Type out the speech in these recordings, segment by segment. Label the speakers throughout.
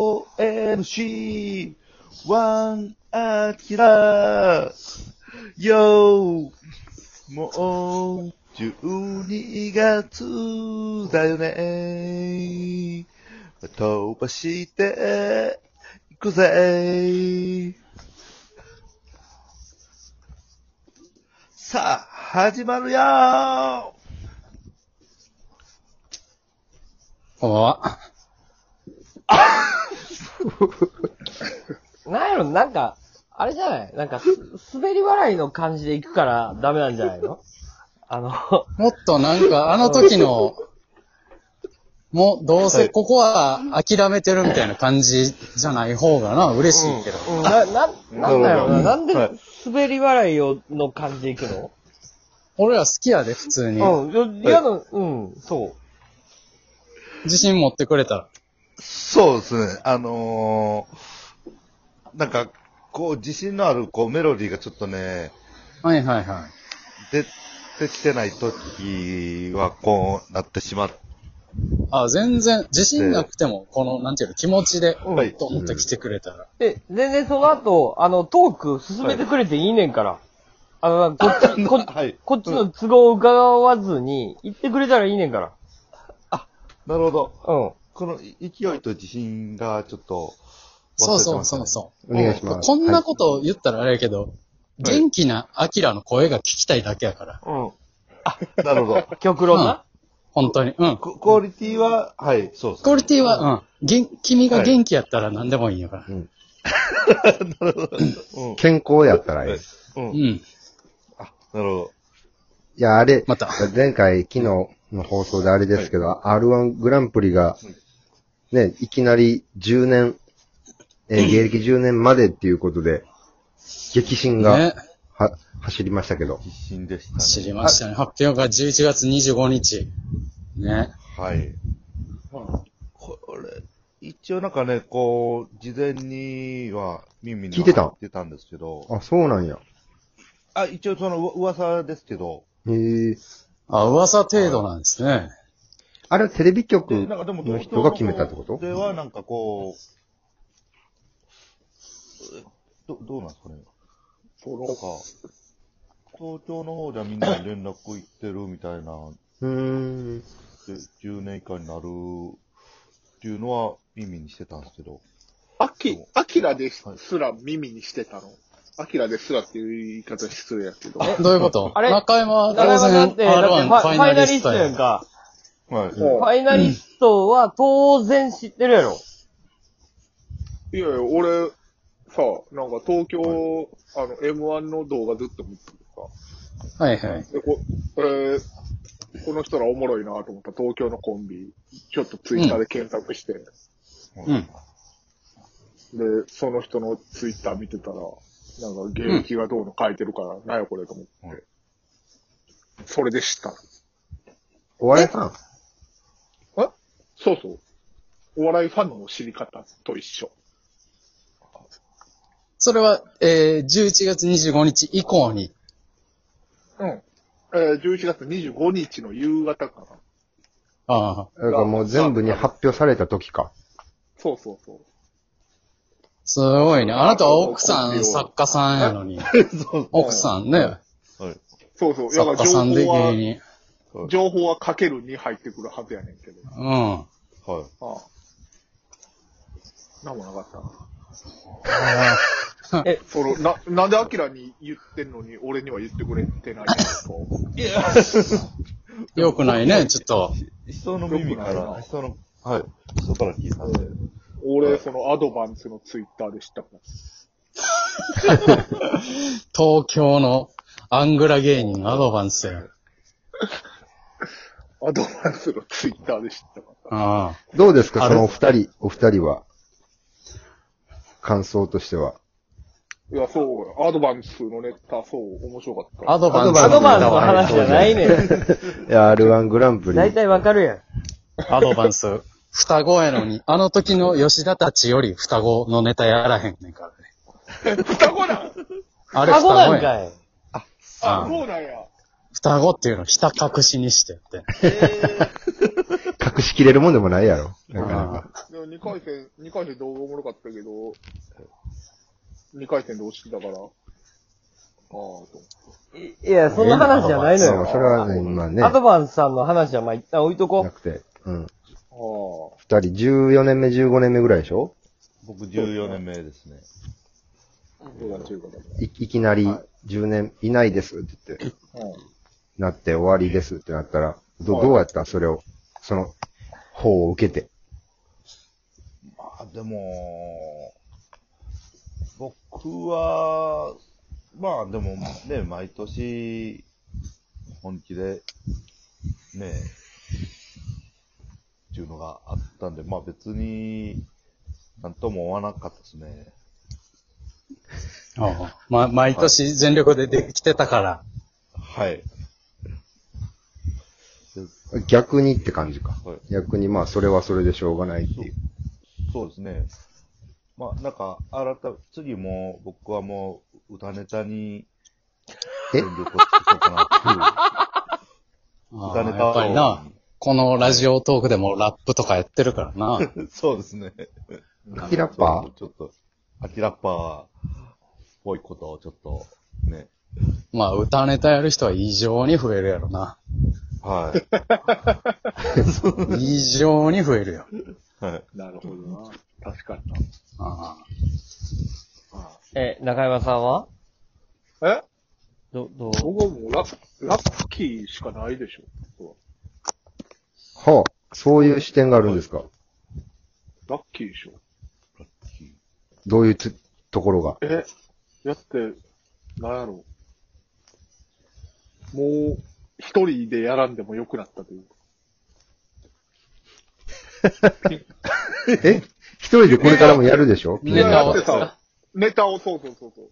Speaker 1: 4MC、ワンアキラよーもう、12月だよね飛ばして、いくぜさあ、始まるよー
Speaker 2: こんばんは。
Speaker 3: なんやろ、なんか、あれじゃないなんかす、滑り笑いの感じで行くからダメなんじゃないのあの、
Speaker 2: もっとなんか、あの時の、もう、どうせここは諦めてるみたいな感じじゃない方がな、嬉しいけど。
Speaker 3: うんな、な、なんだろうな。なんで
Speaker 1: はい
Speaker 3: 滑り笑いをの感じで行く
Speaker 2: 俺ら好きやで、普通に。
Speaker 3: のうん、嫌の、うん、そう。
Speaker 2: 自信持ってくれたら。
Speaker 1: そうですね。あのー、なんか、こう、自信のある、こう、メロディーがちょっとね、
Speaker 2: はいはいは
Speaker 1: 出てきてない時は、こう、なってしまう。
Speaker 2: い。あ、全然、自信なくても、この、なんていうの、気持ちで、
Speaker 3: うん
Speaker 1: はい
Speaker 2: ドンと来てくれたら。
Speaker 3: で、全然その後、あの、トーク進めてくれていいねんから。あの、こっち、こ
Speaker 1: はい
Speaker 3: こっちの都合を伺わずに、言ってくれたらいいねんから。
Speaker 1: なるほど。
Speaker 3: うん。
Speaker 1: この勢いと自信が、ちょっと、
Speaker 2: そうそうそうそう。
Speaker 4: お願いします
Speaker 2: こんなことを言ったらあれやけど、元気なアキラの声が聞きたいだけやから。
Speaker 3: うん。
Speaker 1: う。なるほど。
Speaker 3: 極論な。
Speaker 2: 本当に。うん。
Speaker 1: ククオリティは、はい、そうです
Speaker 2: クオリティは、うん。元君が元気やったら何でもいいんやから。
Speaker 3: うん。
Speaker 4: 健康やったらいい。
Speaker 1: はい
Speaker 4: い
Speaker 3: うん。
Speaker 2: うん。
Speaker 1: なるほ
Speaker 4: や、あれ、
Speaker 2: また
Speaker 4: 前回、昨日の放送であれですけど、R1 グランプリが、ね、いきなり10年、えー芸歴10年までっていうことで、激震が、
Speaker 2: ね。
Speaker 4: は、走りましたけど
Speaker 1: ど。。自信でした、ね。
Speaker 2: 知りましたね。発表が11月25日。ね。
Speaker 1: はい。これ、一応なんかね、こう、事前には耳には
Speaker 4: 聞いてた
Speaker 1: 入ってたんですけど、
Speaker 4: あ、そうなんや。
Speaker 1: あ、一応そのう噂ですけど、
Speaker 4: へえ。
Speaker 2: あ、噂程度なんですね。
Speaker 4: あれはテレビ局
Speaker 1: で、なんかでも
Speaker 4: の人が決めたってこと
Speaker 1: ではなんかこう、ど、どうなんですかね。なんか、東京の方ではみんなに連絡行ってるみたいな、
Speaker 4: うーん。
Speaker 1: で10年以下になるっていうのは耳にしてたんですけど、
Speaker 5: アキ、アキラですら耳にしてたの。アキラですらっていう言い方失礼やけど。
Speaker 2: どういうこと
Speaker 3: あれ
Speaker 2: 中山は当
Speaker 3: 中山だ
Speaker 2: 然
Speaker 3: って、だっ
Speaker 2: R1
Speaker 3: てファ
Speaker 2: ファイ
Speaker 3: ファ
Speaker 2: ナ
Speaker 3: イ
Speaker 2: リ
Speaker 3: ナリ
Speaker 2: ス
Speaker 3: ス
Speaker 2: ト
Speaker 3: ト
Speaker 2: や
Speaker 3: や
Speaker 2: ん
Speaker 3: ん
Speaker 2: か。
Speaker 3: か。
Speaker 1: はい。
Speaker 5: も
Speaker 3: ファイナリストは当然知ってるやろ。
Speaker 5: ういやいや、俺、さ、なんか東京、あの、M1 の動画ずっと見てる
Speaker 2: はいはい。
Speaker 5: さ。で、こ、えー、この人らおもろいなと思った東京のコンビ、ちょっとツイッターで検索して、
Speaker 2: うん。
Speaker 5: で、その人のツイッター見てたら、なんか現役がどうの書いてるから、なんやこれと思って。
Speaker 1: うん
Speaker 5: それで知ったの。
Speaker 4: お笑いさん。
Speaker 5: そうそう。お笑いファンの知り方と一緒。
Speaker 2: それは、えー、11月25日以降に。
Speaker 5: うん。えー、11月25日の夕方かな。
Speaker 2: ああ。
Speaker 4: だからもう全部に発表された時か。
Speaker 5: そうそうそう。
Speaker 2: すごいね。あなたは奥さん、作家さんやのに。 奥さんね。
Speaker 5: そうそう。
Speaker 2: 作家さんで
Speaker 5: 情報
Speaker 2: 芸
Speaker 5: は、
Speaker 2: 人。
Speaker 5: 情報はかけるに入ってくるはずやねんけど。
Speaker 2: うん。
Speaker 1: はい。
Speaker 5: ああ。なんもなかった。
Speaker 3: え
Speaker 5: その、な、なんでアキラに言ってんのに俺には言ってくれ てないんですか
Speaker 2: よくないね、ちょっと。
Speaker 1: 人の耳か
Speaker 5: よくない
Speaker 1: ら、
Speaker 5: な
Speaker 1: 人の、はい。人から聞いたんで。
Speaker 5: 俺、そのアドバンスのツイッターで知ったから。
Speaker 2: 東京のアングラ芸人アドバンスや。
Speaker 5: アドバンスのツイッターで知ったから。
Speaker 2: ああ。
Speaker 4: どうですか
Speaker 2: あ
Speaker 4: そ
Speaker 2: れ
Speaker 4: のお二人、お二人は。感想としては。
Speaker 5: いや、そう、アドバンスのネタ、そう、面白かった。
Speaker 2: アドバンス。
Speaker 3: アドバンスの話じゃないねん。
Speaker 4: いや、R1 グランプリ。
Speaker 3: 大体わかるやん。
Speaker 2: アドバンス。双子やのに、あの時の吉田たちより双子のネタやらへんねんからね。
Speaker 5: 双子なん
Speaker 2: あれ双
Speaker 3: 双子
Speaker 2: 子
Speaker 3: なん
Speaker 2: や。
Speaker 3: かい。
Speaker 2: あ
Speaker 5: あ、そうなんや。
Speaker 2: 双子っていうのをひた隠しにしてって。
Speaker 4: 隠しきれるもんでもないやろ。なかなか。
Speaker 5: でも2回戦、二回戦動画おもろかったけど、2回戦で落ちてたから、ああ、と
Speaker 3: いいや、そんな話じゃないの
Speaker 4: そう
Speaker 3: よ。
Speaker 4: それはね、今ね、
Speaker 3: アドバンスさんの話はまあ一旦置いと
Speaker 4: な
Speaker 3: こ
Speaker 4: くて。うん。
Speaker 5: 思って。
Speaker 4: 二人14年目、15年目ぐらいでしょ
Speaker 1: 僕14年目ですね。
Speaker 5: ああ、どうだ、中華だ
Speaker 4: いいきなり10年いないですって言って、
Speaker 5: もん。
Speaker 4: なって終わりですってなったら、ど
Speaker 5: はい
Speaker 4: どうやったそれを、その、方を受けて。
Speaker 1: まあでも、僕は、まあでもね、毎年、本気で、ね、っていうのがあったんで、まあ別に、なんとも思わなかったですね。
Speaker 2: ああま、毎年全力でできてたから。
Speaker 1: はい。で
Speaker 4: 逆にって感じか。
Speaker 1: はい
Speaker 4: 逆にまあ、それはそれでしょうがないっていう。
Speaker 1: そうですね。まあなんか、改め、次もう僕はもう歌ネタに
Speaker 4: え
Speaker 1: 全力を尽くそうかなっていう。
Speaker 2: ああ
Speaker 1: 歌ネタ
Speaker 2: やっぱりな、このラジオトークでもラップとかやってるから な。
Speaker 1: そうですね。
Speaker 4: アキラッパー
Speaker 1: ちょっと、アキラッパーっぽいことをちょっと、ね。
Speaker 2: まあ、歌ネタやる人は異常に増えるやろな。
Speaker 1: はい。
Speaker 2: 異常に増えるよ。
Speaker 1: はい。
Speaker 5: なるほどな。確かに
Speaker 2: あ
Speaker 3: う。え、中山さんは
Speaker 5: な。え
Speaker 3: ど、どう
Speaker 5: 僕はもうラッ、ラッキーしかないでしょ。
Speaker 4: はあ、そういう視点があるんですか
Speaker 5: ラッキーでしょ。
Speaker 4: どういうつところが。
Speaker 5: え、やって、なんやろう。もう、一人でやらんでも良くなったという。
Speaker 4: え一人でこれからもやるでしょ
Speaker 2: ネタを
Speaker 5: いやだってさ、ネタを、そうそうそうそう。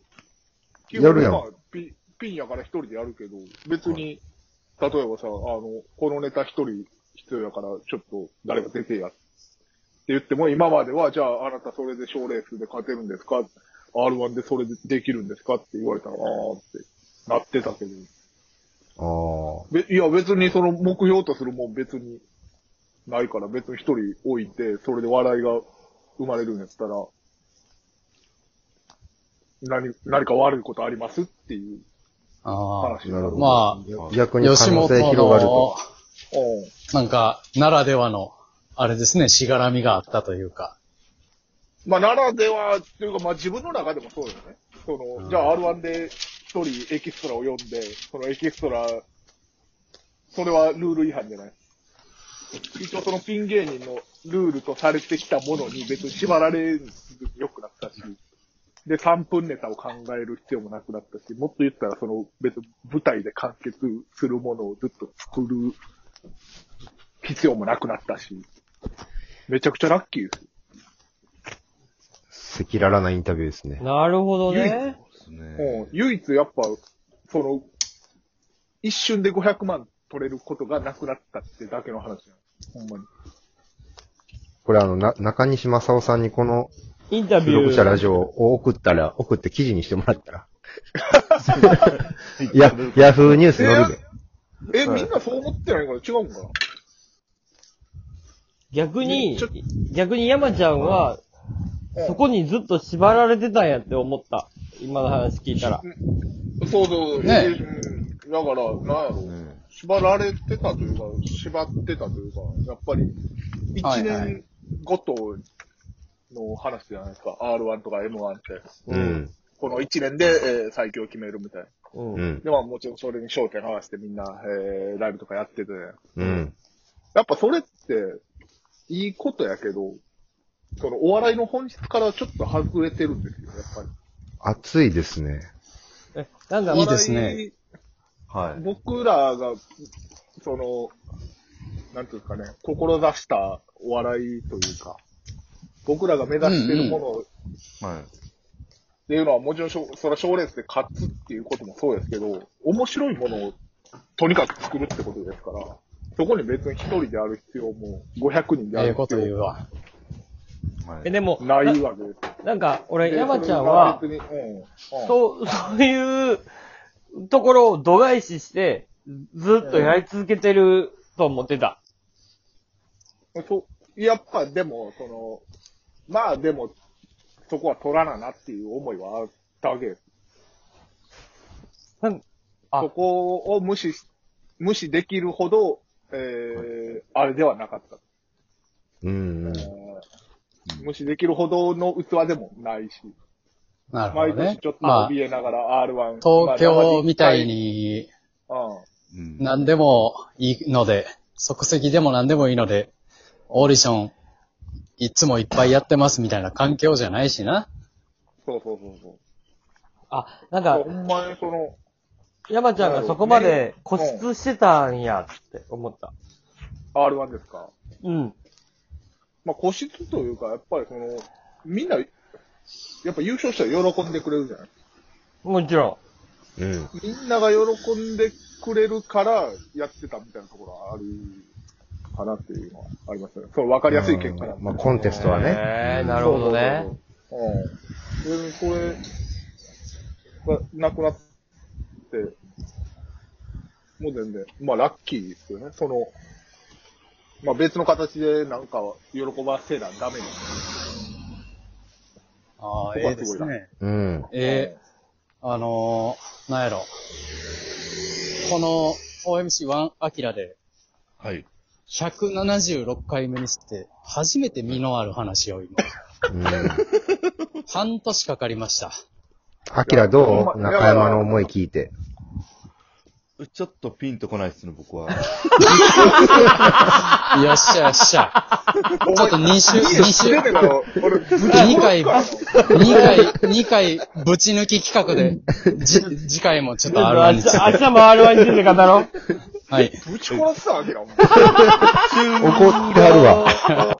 Speaker 5: 基
Speaker 4: やる
Speaker 5: 本
Speaker 4: やん
Speaker 5: まあピピンやから一人でやるけど、別に、例えばさ、あの、このネタ一人必要やから、ちょっと誰か出てや。って言っても、今までは、じゃあ、あなたそれで賞レースで勝てるんですか ?R1 でそれでできるんですかって言われたら、あーってなってたけど。
Speaker 4: ああ。
Speaker 5: べいや、別にその目標とするもん別にないから、別に一人置いて、それで笑いが生まれるんやったら、何、何か悪いことありますっていう
Speaker 2: あ。ああ。
Speaker 5: 話に
Speaker 4: なる
Speaker 5: なる。
Speaker 4: ほど
Speaker 2: ま
Speaker 4: 逆
Speaker 2: あ、
Speaker 4: に可
Speaker 2: 吉本
Speaker 4: 能性広がると
Speaker 2: の。、
Speaker 5: うん
Speaker 2: なんか、ならではの、あれですね、しがらみがあったというか。
Speaker 5: まあ、ならではっていうか、まあ、自分の中でもそうよね。その、
Speaker 2: うん
Speaker 5: じゃあ R1 で一人エキストラを呼んで、そのエキストラ、それはルール違反じゃない。一応そのピン芸人のルールとされてきたものに別に縛られず良くなったし、で、3分ネタを考える必要もなくなったし、もっと言ったらその別に舞台で完結するものをずっと作る必要もなくなったし、めちゃくちゃラッキーです。
Speaker 4: 赤裸々なインタビューですね。
Speaker 3: なるほどね。
Speaker 1: ですね。
Speaker 5: うん、唯一やっぱ、その、一瞬で500万取れることがなくなったってだけの話なんです。ほんまに。
Speaker 4: これあの、な、中西正夫さんにこの
Speaker 3: インタ
Speaker 4: 収
Speaker 3: ビュ
Speaker 4: 録したラ
Speaker 3: ー。
Speaker 4: ジオを送ったら、送って記事にしてもらったら。いや、ヤフーニュース載るで。
Speaker 5: え、
Speaker 1: はい
Speaker 5: みんなそう思ってないから違うんかな
Speaker 3: 逆に
Speaker 5: ちょ、
Speaker 3: 逆に山ちゃんは、そこにずっと縛られてたんやって思った。今の話聞いたら。
Speaker 5: そうそう。
Speaker 2: ね
Speaker 5: えうんだから、なんやろう。
Speaker 1: ね
Speaker 5: 縛られてたというか、縛ってたというか、やっぱり、
Speaker 2: は
Speaker 5: 1
Speaker 2: いはい
Speaker 5: 年ごとの話じゃないですか。R1 とか M1 って。
Speaker 4: うん。
Speaker 5: この1年で、えー最強を決めるみたいな。
Speaker 3: うん
Speaker 4: う。ん。
Speaker 5: で、まあもちろんそれに焦点合わせてみんな、えーライブとかやってて。
Speaker 4: うん。
Speaker 5: やっぱそれって、いいことやけど、そのお笑いの本質からちょっと外れてるんですよ、やっぱり。
Speaker 4: 暑いですね。
Speaker 3: え、なんか
Speaker 2: いいですね
Speaker 1: はい。
Speaker 5: 僕らが、その、なんていうんですかね、志したお笑いというか、僕らが目指してるもの
Speaker 1: はい。
Speaker 5: っていうのは、もちろんしょ、それは賞レースで勝つっていうこともそうですけど、面白いものをとにかく作るってことですから、そこに別に一人である必要も、500人であ
Speaker 2: ええ
Speaker 5: る
Speaker 2: こと
Speaker 5: 必
Speaker 2: 言
Speaker 5: 要
Speaker 2: う
Speaker 5: も
Speaker 2: わ。
Speaker 1: は
Speaker 3: え、
Speaker 1: い。
Speaker 3: でも、
Speaker 5: な
Speaker 3: ない
Speaker 5: わけです。
Speaker 3: なんか、俺、
Speaker 5: で
Speaker 3: 山ちゃんは
Speaker 5: そ、れが別にうんうん
Speaker 3: そう、そういうところを度外視して、ずっとやり続けてると思ってた。
Speaker 5: そう、やっぱでも、その、まあでも、そこは取らななっていう思いはあったわけです。
Speaker 3: なんあ
Speaker 5: そこを無視し、無視できるほど、えー、あれではなかった。
Speaker 4: うんうん。
Speaker 5: えー無視できるほどの器でもないし、
Speaker 2: なるほ
Speaker 5: 毎
Speaker 2: どね
Speaker 5: 年ちょっ。と
Speaker 2: まあ、
Speaker 5: 怯えながら R1。
Speaker 2: 東京みたい
Speaker 5: に。
Speaker 2: に、
Speaker 5: うん
Speaker 1: うん。
Speaker 2: 何でもいいので、即席でも何でもいいので、オーディション、いつもいっぱいやってますみたいな環境じゃないしな。
Speaker 5: そうそうそうそう。
Speaker 3: あ、なん
Speaker 5: だ
Speaker 3: か
Speaker 5: か
Speaker 3: ら
Speaker 5: ほ、んまにその、
Speaker 3: 山ちゃんがそこまで固執してたんやって思った。
Speaker 5: R1 ですか。
Speaker 3: うん。
Speaker 5: まあ、個室というか、やっぱりその、みんな、やっぱ優勝したら喜んでくれるじゃない
Speaker 3: もちろ
Speaker 4: うん。
Speaker 5: みんなが喜んでくれるからやってたみたいなところはあるかなっていうのはありますね。その分かりやすい結果
Speaker 4: うんまあ、コンテストは
Speaker 3: ん。
Speaker 4: ね。
Speaker 3: えー、なるほどね。
Speaker 5: うん。で、これがなくなって、もう全然、まあラッキーですよね。その、まあ別の形でなんか喜ばせなダメです。
Speaker 2: ああ、
Speaker 5: そ
Speaker 2: え
Speaker 5: こは
Speaker 2: えですね。
Speaker 4: うん。
Speaker 2: ええあのー、なんやろ。この OMC1 アキラで
Speaker 1: はい。
Speaker 2: 176回目にして、初めて身のある話を今、
Speaker 4: うん。
Speaker 2: 半年かかりました。
Speaker 4: アキラどう中山の思い聞いて。
Speaker 1: ちょっとピンとこないっすね、僕は。
Speaker 2: よっしゃよっしゃ。
Speaker 5: お
Speaker 2: ちょっと
Speaker 5: 前
Speaker 2: 2週、2週、
Speaker 5: 出てたの 俺、
Speaker 2: 2回、2回、二回、ぶち抜き企画で、じ、次回もちょっと
Speaker 3: 明
Speaker 2: R1 につい
Speaker 3: 日、
Speaker 2: て。
Speaker 3: 明日も R1 について語ろう。
Speaker 2: はい。
Speaker 5: 뭐 ぶち殺したわけだもん。
Speaker 4: 怒ってはるわ。